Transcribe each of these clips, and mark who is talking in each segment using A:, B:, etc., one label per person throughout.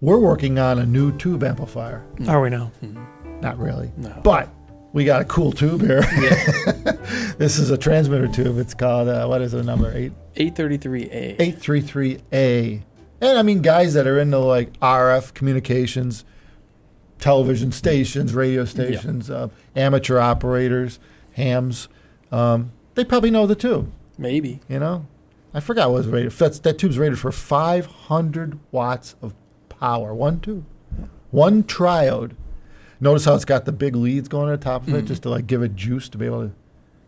A: We're working on a new tube amplifier.
B: Are we now?
A: Not really. But we got a cool tube here. this is a transmitter tube. It's called, uh, what is the number? Eight,
B: 833A.
A: 833A. And I mean, guys that are into like RF communications, television stations, radio stations, uh, amateur operators, hams, um, they probably know the tube,
B: Maybe.
A: you know? I forgot what it was rated. That's, that tube's rated for 500 watts of power. One tube, one triode. Notice how it's got the big leads going on top of
B: Mm.
A: it just to like give it juice to be able to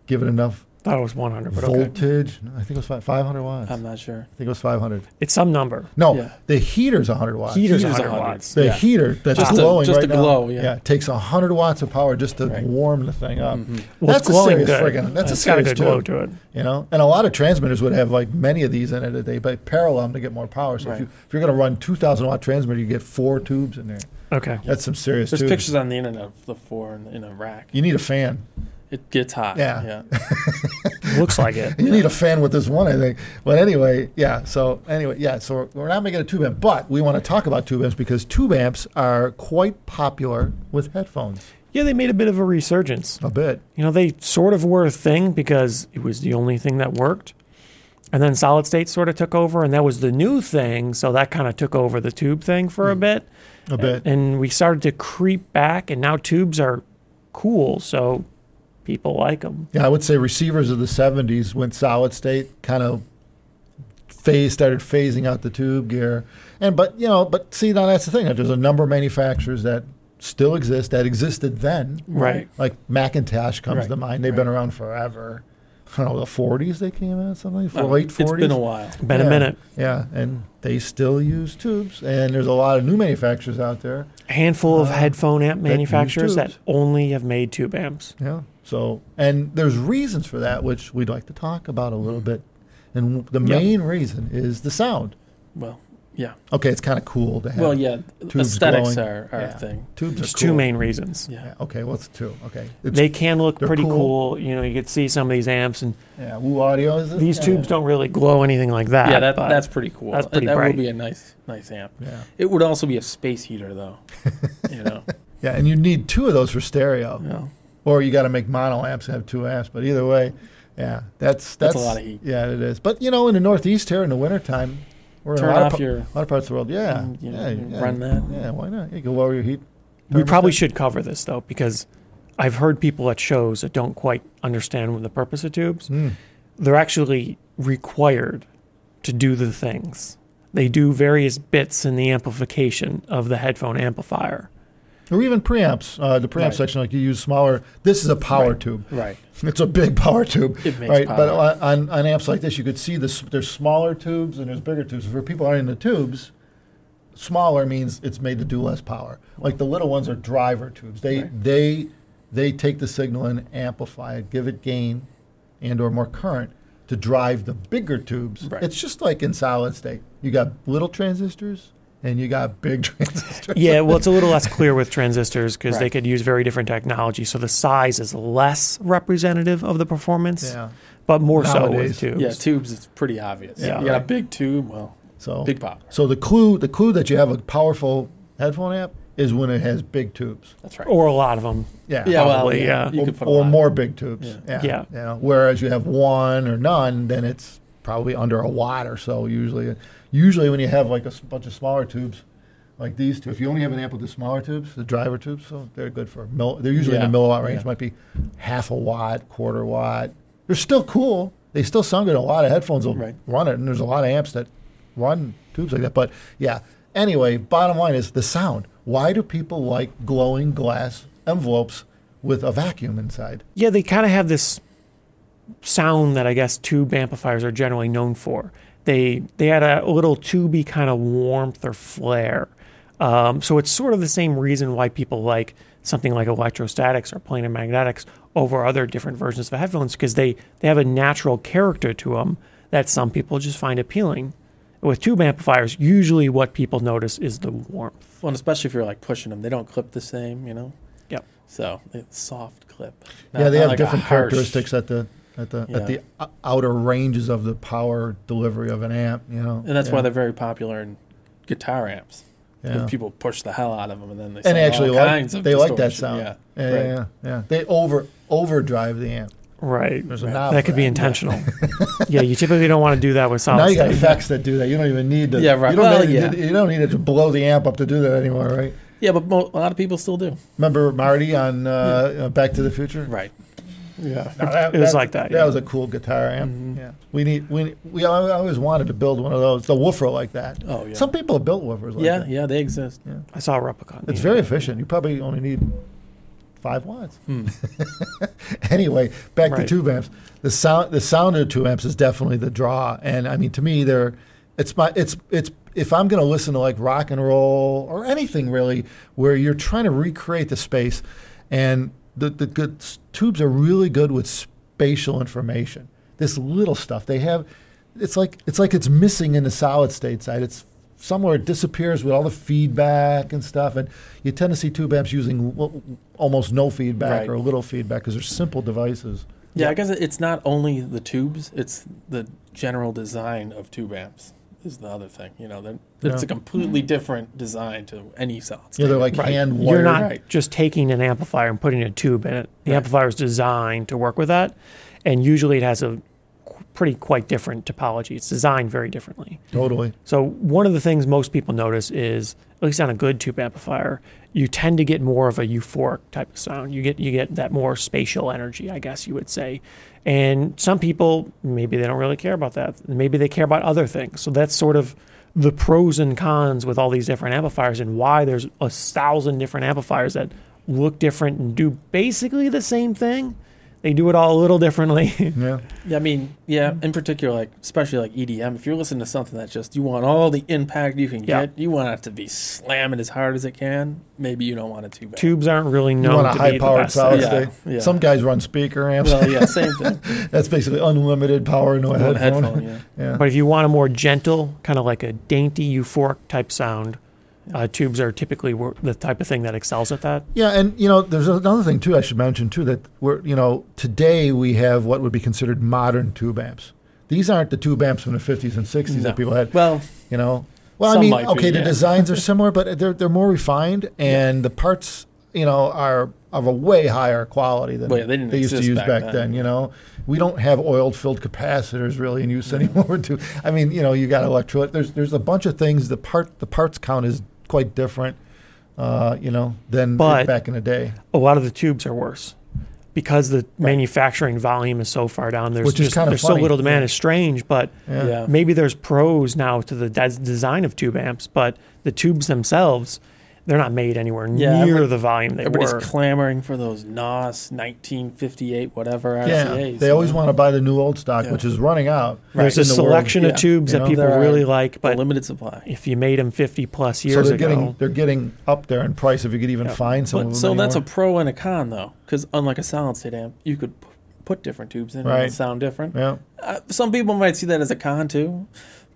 A: give it enough
B: Thought it was 100, but okay.
A: voltage. I think it was fi- 500 watts.
B: I'm not sure.
A: I think it was 500.
B: It's some number.
A: No,
B: Yeah.
A: the heater's 100 watts.
B: Heater's,
C: Heater's
B: 100
C: 100.
B: watts.
A: the
B: yeah.
A: heater that's
B: Just to-
A: glowing
B: just
A: right
B: to
A: now.
B: glow, yeah.
A: it takes 100 watts of power just to
B: Right.
A: warm the thing up.
B: Well,
A: that's
B: it's
A: a
B: glowing
A: serious
B: good.
A: friggin' that's
B: It's
A: a
B: got a
A: serious
B: good glow
A: tube,
B: to it.
A: You know, and a lot of transmitters would have like many of these in it. They but parallel them to get more power. So
B: Right.
A: if, you, if you're going to run 2,000 watt transmitter, you get four tubes in there.
B: Okay.
A: That's some serious
B: There's
A: tubes.
B: pictures on the internet of the four in, in a rack.
A: You need a fan.
B: It gets hot.
A: Yeah.
B: yeah.
C: Looks like it.
A: You need a fan with this one, I think. But anyway, yeah. So anyway, yeah. So we're, we're not making a tube amp, but we want to talk about tube amps because tube amps are quite popular with headphones.
C: Yeah, they made a bit of a resurgence.
A: A bit.
C: You know, they sort of were a thing because it was the only thing that worked. And then solid state sort of took over, and that was the new thing. So that kind of took over the tube thing for
A: Hmm.
C: a bit.
A: A bit.
C: And we started to creep back, and now tubes are cool. So people like them.
A: Yeah, I would say receivers of the 70s went solid state, kind of phase started phasing out the tube gear. And but you know, but see now that's the thing. There's a number of manufacturers that still exist that existed then.
C: Right.
A: Like Macintosh comes
B: Right,
A: to mind. They've been around forever. I don't know, the 40s they came out something,
B: Um,
A: late 40s.
B: It's been a while.
C: Been
A: Yeah,
C: a minute.
A: Yeah, and they still use tubes and there's a lot of new manufacturers out there.
C: A handful of headphone amp
A: use
C: manufacturers
A: Uh, tubes.
C: that only have made tube amps.
A: Yeah. So, and there's reasons for that, which we'd like to talk about a
B: Mm-hmm.
A: little bit. And w- the
C: Yeah.
A: main reason is the sound.
B: Well, yeah.
A: Okay, it's kind of cool to have.
B: Well, yeah.
A: Tubes
B: aesthetics
A: glowing.
B: are, are
A: Yeah.
B: a thing.
A: Tubes
C: There's
A: are
C: two
A: cool.
C: main reasons.
B: Yeah.
A: Yeah, okay, what's two? Okay. It's,
C: They can look
A: They're
C: pretty
A: cool.
C: cool. You know, you could see some of these amps, and
A: yeah, Woo Audio is it?
C: these
A: Oh, yeah.
C: tubes don't really glow anything like that.
B: yeah, that,
C: but-
B: that's pretty cool.
C: that's
B: That-
C: pretty
B: that
C: bright.
B: would be a nice nice amp.
A: Yeah.
B: It would also be a space heater though. you know.
A: Yeah, and you need two of those for stereo,
B: Yeah.
A: or you got to make mono amps and have two amps. But either way, yeah, that's that's,
B: That's a lot of heat.
A: Yeah, it is. But you know, in the Northeast here in the wintertime, we're in
B: Turn
A: a lot of
B: off
A: pa-
B: your
A: a lot of parts of the world. Yeah,
B: and, you know,
A: yeah,
B: you
A: yeah,
B: run that.
A: Yeah, why not? You can lower your heat.
C: We probably
A: thermostat.
C: should cover this though, because I've heard people at shows that don't quite understand what the purpose of tubes.
A: Mm.
C: They're actually required to do the things. They do various bits in the amplification of the headphone amplifier.
A: or even preamps. Uh, the preamp
B: Right.
A: section, like you use smaller. This is a power tube.
B: Right.
A: It's a big power tube,
B: It makes
A: right? But
B: power.
A: on, on, on amps like this, you could see this. There's smaller tubes and there's bigger tubes. For people who aren't into tubes, smaller means it's made to do less power. Like the little ones are driver tubes. They
B: Right.
A: they they take the signal and amplify it, give it gain, and or more current to drive the bigger tubes.
B: Right.
A: It's just like in solid state. You got little transistors and you got big transistors.
C: Yeah, well, it's a little less clear with transistors because they
B: Right.
C: could use very different technology. So the size is less representative of the performance,
A: Yeah.
C: but more
A: Nowadays.
C: so with tubes.
B: Yeah, tubes it's pretty obvious.
C: Yeah.
B: You got a
A: Right.
B: big tube, well,
A: So
B: big pop.
A: So the clue, the clue that you have a powerful headphone amp is when it has big tubes.
B: That's right.
C: Or a lot of them.
A: Yeah.
B: yeah, well,
C: probably, yeah.
B: You
A: or,
B: could put a
A: Oh. or
B: lot.
A: more big tubes.
B: Yeah.
C: Yeah.
A: You know, whereas you have one or none, then it's probably under a watt or so usually. Usually when you have like a s- bunch of smaller tubes, like these two, if you only have an amp with the smaller tubes, the driver tubes, so they're good for mil. They're usually in the
B: Yeah.
A: milliwatt range.
B: Yeah.
A: Might be half a watt, quarter watt. They're still cool. They still sound good. A lot of headphones will
B: Right.
A: run it, and there's a lot of amps that run tubes like that. But yeah. Anyway, bottom line is the sound. Why do people like glowing glass envelopes with a vacuum inside?
C: Yeah, they kind of have this sound that I guess tube amplifiers are generally known for. They they had a little tubey kind of warmth or flair. Um, so it's sort of the same reason why people like something like electrostatics or planar magnetics over other different versions of headphones because they they have a natural character to them that some people just find appealing. With tube amplifiers, usually what people notice is the warmth.
B: Well, and especially if you're like pushing them, they don't clip the same, you know.
C: Yep.
B: So it's soft clip.
A: yeah,
B: Not-
A: they
B: not
A: have
B: like a
A: different
B: harsh-
A: characteristics at the at the at the
B: Yeah.
A: o- outer ranges of the power delivery of an amp. You know,
B: and that's
A: Yeah.
B: why they're very popular in guitar amps. 'Cause
A: Yeah.
B: people push the hell out of them, and then they
A: and
B: sound
A: they actually
B: all
A: like
B: kinds of
A: they like that
B: distortion.
A: sound.
B: Yeah,
A: yeah,
B: right.
A: yeah, yeah. They over overdrive the amp.
C: Right.
A: There's a knob
C: That
A: for
C: could be
A: that.
C: intentional. yeah, you typically don't want to do that with solid
A: now you got
C: state.
A: effects that do that. You don't even need to.
B: Yeah, right.
A: You don't,
B: Well,
A: need,
B: yeah.
A: you don't need it to blow the amp up to do that anymore, right?
B: Yeah, but mo- a lot of people still do.
A: Remember Marty on uh, uh, Back to the Future?
B: Right. Yeah.
A: No, that-
C: It was
A: that-
C: like that,
A: That
C: yeah.
A: was a cool guitar amp.
B: Mm-hmm.
A: Yeah, we need we we I always wanted to build one of those, the woofer like that.
B: Oh, yeah.
A: Some people have built woofers like
B: yeah,
A: that.
B: yeah, they exist.
C: I saw a replica.
A: It's
C: Yeah.
A: very efficient. You probably only need five watts. anyway, back
C: Right.
A: to tube amps. The sound the sound of the tube amps is definitely the draw. And I mean to me they're it's my it's it's if I'm gonna listen to like rock and roll or anything really where you're trying to recreate the space and the, the good s- tubes are really good with spatial information. This little stuff they have it's like it's like it's missing in the solid state side. It's somewhere it disappears with all the feedback and stuff, and you tend to see tube amps using w- almost no feedback
B: Right.
A: or little feedback because they're simple devices.
B: Yeah, I guess it- it's not only the tubes; it's the general design of tube amps is the other thing. You know, they're, it's a completely different design to any solid state.
A: You know, they're like
C: Right.
A: hand
C: You're
A: wired.
C: not
B: Right.
C: just taking an amplifier and putting a tube in it. The amplifier is designed to work with that, and usually it has a qu- pretty quite different topology. It's designed very differently.
A: totally.
C: So one of the things most people notice is, at least on a good tube amplifier, you tend to get more of a euphoric type of sound. You get you get that more spatial energy, I guess you would say. And some people maybe they don't really care about that. Maybe they care about other things. So that's sort of the pros and cons with all these different amplifiers and why there's a thousand different amplifiers that look different and do basically the same thing. They do it all a little differently.
A: Yeah,
B: Yeah, I mean, yeah, in particular, like especially like EDM. If you're listening to something that's just you want all the impact you can
C: Yeah.
B: get, you want it to be slamming as hard as it can. Maybe you don't want it too bad.
C: Tubes aren't really
A: you
C: known
A: want a
C: to be the
A: high-powered
C: best.
A: solid
B: Yeah,
A: state.
B: yeah.
A: Some guys run speaker amps.
B: well, yeah, same thing.
A: That's basically unlimited power, no
B: One
A: headphone.
B: headphone, yeah.
A: yeah.
C: But if you want a more gentle, kind of like a dainty, euphoric type sound, uh, tubes are typically wor- the type of thing that excels at that.
A: Yeah, and you know, there's another thing too I should mention too that we're you know today we have what would be considered modern tube amps. These aren't the tube amps from the 50s and 60s
B: No.
A: that people had.
B: Well,
A: You know, well, I
B: Some
A: mean,
B: might be,
A: okay, the
B: yeah.
A: designs are similar, but they're they're more refined, and the parts, you know, are of a way higher quality than
B: Well, yeah, they didn't
A: used to
B: exist
A: use
B: back
A: back, then.
B: then,
A: You know, we don't have oil-filled capacitors really in use anymore. Too, I mean, you know, you got electrolyte. There's there's a bunch of things. The part the parts count is quite different, uh, you know, than
C: But-
A: back in the day,
C: A lot of the tubes are worse because the manufacturing volume is so far down. There's
A: Which is
C: just-
A: kinda
C: there's so
A: funny.
C: little demand. It's strange, but
A: Yeah.
B: yeah.
C: maybe there's pros now to the des- design of tube amps, but the tubes themselves, they're not made anywhere
B: Yeah,
C: near
B: everybody-
C: the volume they
B: Everybody's
C: were.
B: clamoring for those NOS 1958 whatever
A: yeah.
B: RCAs.
A: They
B: you
A: always
B: know?
A: want to buy the new old stock,
B: Yeah.
A: which is running out.
C: There's a
A: in the world.
C: selection
B: Yeah.
C: of tubes
A: You
C: that
A: know,
C: people
B: there are
C: really like,
B: a
C: but
B: limited supply.
C: if you made them 50 plus
A: So
C: years
A: they're
C: ago,
A: getting they're getting up there in price if you could even find some of
B: But,
A: them.
B: so that's a
A: anymore.
B: pro and a con though, because unlike a solid state amp, you could p- put different tubes in and
A: Right.
B: sound different.
A: yeah.
B: Uh, some people might see that as a con too,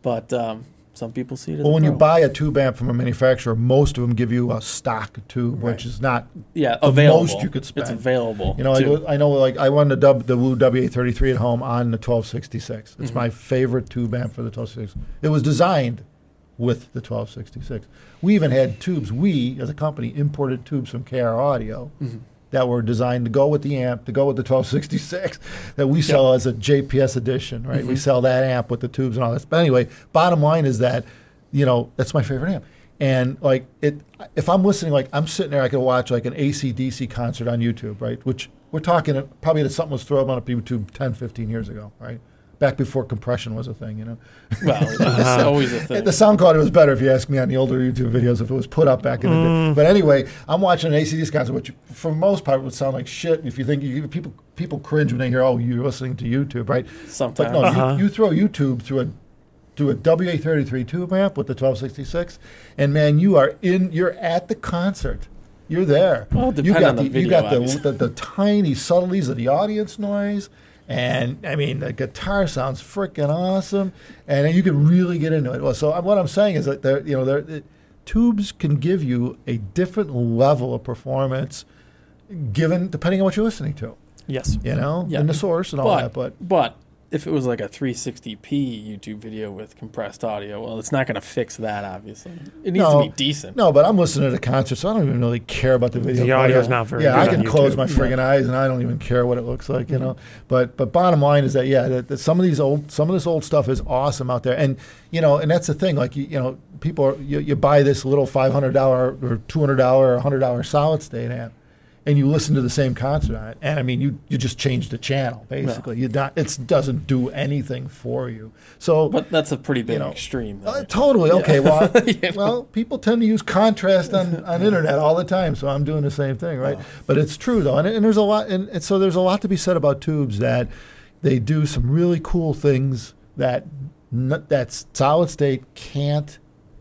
B: but um, some people see it as
A: Well,
B: a
A: when you
B: pro.
A: buy a tube amp from a manufacturer, most of them give you a stock tube,
B: Right.
A: which is not.
B: yeah,
A: the
B: available.
A: most you could spend.
B: It's available.
A: You know, I,
B: too.
A: go, I know. Like I won the dub, the Wu WA33 at home on the 1266.
B: Mm-hmm.
A: It's my favorite tube amp for the 1266. It was designed with the 1266. We even had tubes. We, as a company, imported tubes from KR Audio
B: Mm-hmm.
A: that were designed to go with the amp, to go with the 1266 that we sell as a JPS edition. Right,
B: Mm-hmm.
A: we sell that amp with the tubes and all that. But anyway, bottom line is that you know that's my favorite amp. And like it, if I'm listening, like I'm sitting there, I could watch like an AC/DC concert on YouTube, right? Which we're talking uh, probably that something was thrown on YouTube 10, 15 years ago, right? Back before compression was a thing, you know.
B: well, it's always a thing.
A: The sound quality was better, if you ask me, on the older YouTube videos if it was put up back in the day. But anyway, I'm watching an ACDC concert, which for the most part would sound like shit. If you think you, people people cringe when they hear, oh, you're listening to YouTube, right? But
B: Sometimes.
A: no,
C: Uh-huh.
A: you, you throw YouTube through a through a WA33 tube amp with the 1266, and man, you are in. You're at the concert. You're there.
B: Well,
A: you
B: depend
A: got
B: on the
A: you
B: video,
A: got the,
B: obviously.
A: the the tiny subtleties of the audience noise. And I mean, the guitar sounds freaking awesome, and you can really get into it. Well, so I'm, what I'm saying is that there, you know, there, it, tubes can give you a different level of performance, given depending on what you're listening to,
C: yes.
A: you know,
B: Yeah.
A: and the source and all
B: but,
A: that. But
B: but if it was like a 360p YouTube video with compressed audio, well, it's not going to fix that. Obviously, it needs
A: No.
B: to be decent.
A: No, but I'm listening to the concert, so I don't even really care about the video.
C: The
A: quality.
C: audio's not very
A: Yeah,
C: good
A: I
C: on
A: can
C: YouTube. Mm-hmm.
A: close my friggin' eyes, and I don't even care what it looks like, you know. But but bottom line is that yeah, that, that some of these old some of this old stuff is awesome out there, and you know, and that's the thing. Like you, you know, people are, you, you buy this little five hundred dollar or two hundred dollar or hundred dollar solid state amp, and you listen to the same concert on it, and I mean, you you just change the channel basically. You not it doesn't do anything for you. So
B: But that's a pretty big
A: You know,
B: extreme. though.
A: uh, totally. Okay. Well, well, people tend to use contrast on, on internet all the time, so I'm doing the same thing, right? But it's true though, and, and there's a lot, and, and so there's a lot to be said about tubes that they do some really cool things that n- that solid state can't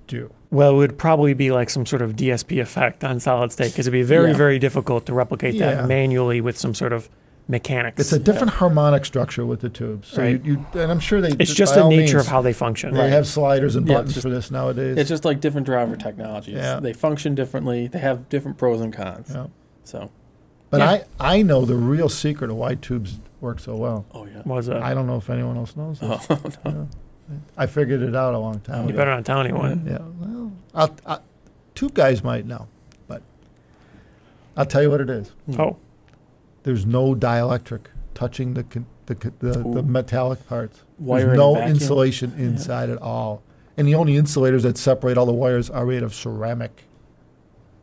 A: do.
C: Well, it would probably be like some sort of DSP effect on solid state because it'd be very,
B: Yeah.
C: very difficult to replicate
A: Yeah.
C: that manually with some sort of mechanics.
A: It's a different harmonic structure with the tubes, so
C: Right.
A: you, you and I'm sure they.
C: It's just
A: by
C: the
A: all
C: nature
A: means,
C: of how they function.
A: they have sliders and
B: Yeah,
A: buttons
B: just-
A: for this nowadays.
B: it's just like different driver technologies.
A: Yeah.
B: They function differently. They have different pros and cons.
A: Yeah.
B: So,
A: But
C: Yeah.
A: I I know the real secret of why tubes work so well.
B: oh yeah.
C: Was a,
A: I don't know if anyone else knows. This.
B: Oh, no.
A: I figured it out a long time
C: you
A: ago.
C: better not tell anyone.
A: Yeah. Well, I'll, I, two guys might know, but I'll tell you what it is.
C: Oh,
A: There's no dielectric touching the con- the con- the, the
B: Ooh.
A: metallic parts.
B: Wire
A: There's
B: in
A: no
B: a vacuum.
A: insulation inside at all, and the only insulators that separate all the wires are made of ceramic.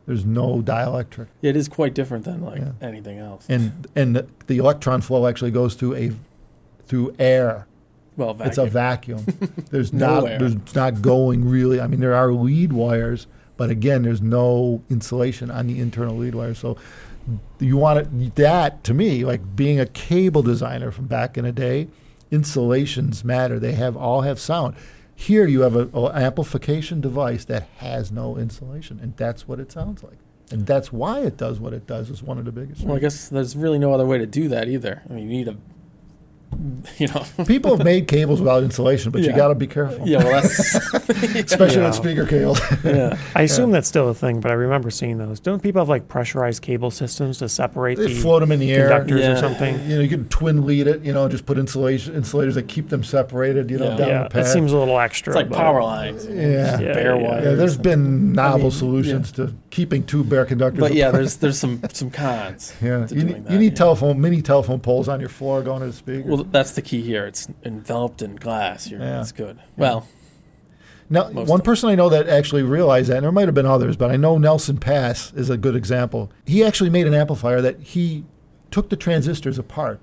A: There's no dielectric,
B: It is quite different than like
A: Yeah.
B: anything else.
A: and and the, the electron flow actually goes through a through air.
B: well, vacuum.
A: It's a vacuum. There's
B: No
A: not
B: air.
A: there's not going really. I mean, there are lead wires, but again, there's no insulation on the internal lead wire. So you want it, that to me, like being a cable designer from back in the day, insulations matter. They have all have sound. Here you have a a amplification device that has no insulation, and that's what it sounds like. And that's why it does what it does. Is one of the biggest.
B: well, I guess there's really no other way to do that either. I mean, you need a, you know,
A: People have made cables without insulation, but you
B: Yeah.
A: got to be careful,
B: yeah. Well, that's
A: especially
C: Yeah.
A: with speaker cables.
B: yeah.
C: I assume that's still a thing, but I remember seeing those. Don't people have like pressurized cable systems to separate
A: They
C: the
A: float them in the air.
C: conductors or
B: Yeah.
C: something?
A: You know, you can twin lead it. You know, just put insulation insulators that keep them separated. You know,
B: Yeah.
A: down
C: Yeah,
A: the
C: that
A: path.
C: seems a little extra.
B: It's like
C: but-
B: power lines. you know,
A: Yeah.
B: just
C: Yeah,
B: bare
C: yeah, yeah.
B: wires.
A: yeah, there's been novel
B: mean,
A: solutions to keeping two bare conductors.
B: But yeah,
A: apart.
B: there's there's some some cons.
A: yeah.
B: to
A: You
B: doing
A: need,
B: that,
A: you need
B: yeah.
A: telephone mini telephone poles on your floor going to the speaker.
B: Well, that's the key here. It's enveloped in glass. You're,
A: Yeah.
B: That's good. Well,
A: now,
B: most
A: one
B: of-
A: person I know that actually realized that, and there might have been others, but I know Nelson Pass is a good example. He actually made an amplifier that he took the transistors apart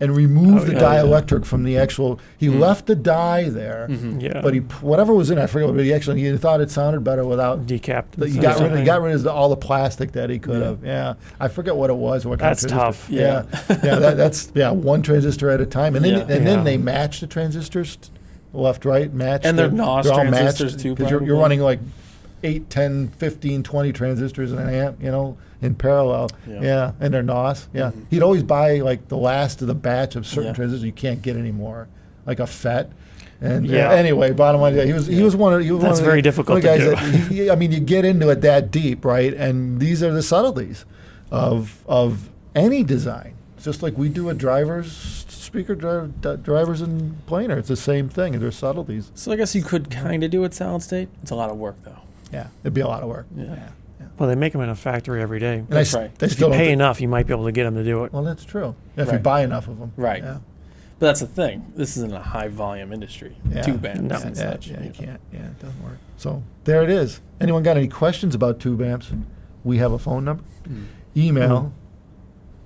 A: and removed the
C: Oh,
B: yeah.
A: dielectric from the actual. He
B: Mm.
A: left the die there.
B: Mm-hmm.
C: Yeah,
A: But he p- whatever was in, it, I forget. But he actually he thought it sounded better without.
C: decapped.
A: That he
C: or
A: got rid of he
C: something.
A: got rid of the, all the plastic that he could
B: Yeah.
A: have. Yeah, I forget what it was. What kind of
C: That's
A: transistor.
C: tough.
A: Yeah, yeah, that, that's yeah one transistor at a time, and then
B: Yeah.
A: and
C: Yeah.
A: then they match the transistors, t- left right match,
B: And they're NOS transistors too,
A: because you're, you're
B: probably.
A: running like 8, 10, 15, 20 transistors in an amp, you know, in parallel. Yeah,
B: Yeah. Mm-hmm.
A: and they're NOS. Yeah, he'd always buy like the last of the batch of certain
B: Yeah.
A: transistors you can't get anymore, like a FET. And yeah.
C: Yeah.
A: anyway, bottom line, yeah, he was he was one of he was
C: That's
A: one of
C: very
A: the,
C: difficult
A: one of the
C: to
A: guys
C: do.
A: that you- I mean, you get into it that deep, right? And these are the subtleties of of any design. It's just like we do a drivers speaker driver, d- drivers and planer. It's the same thing. There's subtleties.
B: so I guess you could kind of do it solid state. It's a lot of work though.
A: Yeah, it'd be a lot of work.
B: Yeah.
C: Well, they make them in a factory every day.
A: And I s-
B: That's right.
A: I
C: If you
A: still don't
C: pay
A: thi-
C: enough, you might be able to get them to do it.
A: well, that's true. Yeah, if you
B: Right.
A: buy enough of them.
B: Right.
A: Yeah.
B: But that's the thing. This isn't a high volume industry.
A: Yeah.
B: Two bands
C: No.
A: Yeah,
B: and
A: yeah,
B: such.
A: yeah,
B: you
A: you
B: know.
A: can't. Yeah, it doesn't work. So there it is. Anyone got any questions about tube amps? We have a phone number, email,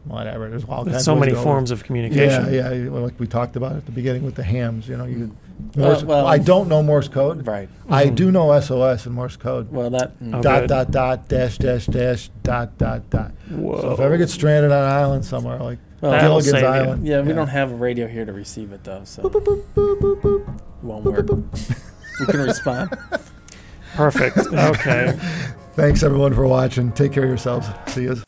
A: whatever. There's all kinds
C: Hmm. There's
A: of
C: so
A: ways
C: many
A: to go.
C: forms of communication.
A: Yeah, yeah. Well, Like we talked about at the beginning with the hams, you know. You,
B: Uh,
A: Morse,
B: well-
A: I don't know Morse code.
B: Right. Mm.
A: I do know SOS and Morse code.
B: Well, that. mm.
C: Oh,
A: dot
C: good.
A: dot dot dash dash dash dot dot dot. So
C: Whoa.
A: if I ever get stranded on an island somewhere, like
B: Well, that'll
A: Gilligan's
C: save you.
A: Island.
B: Yeah, we don't have a radio here to receive it though, so it
A: Boop, boop, boop, boop.
B: won't work. We can respond.
C: Perfect. Okay.
A: Thanks everyone for watching. Take care of yourselves. See you.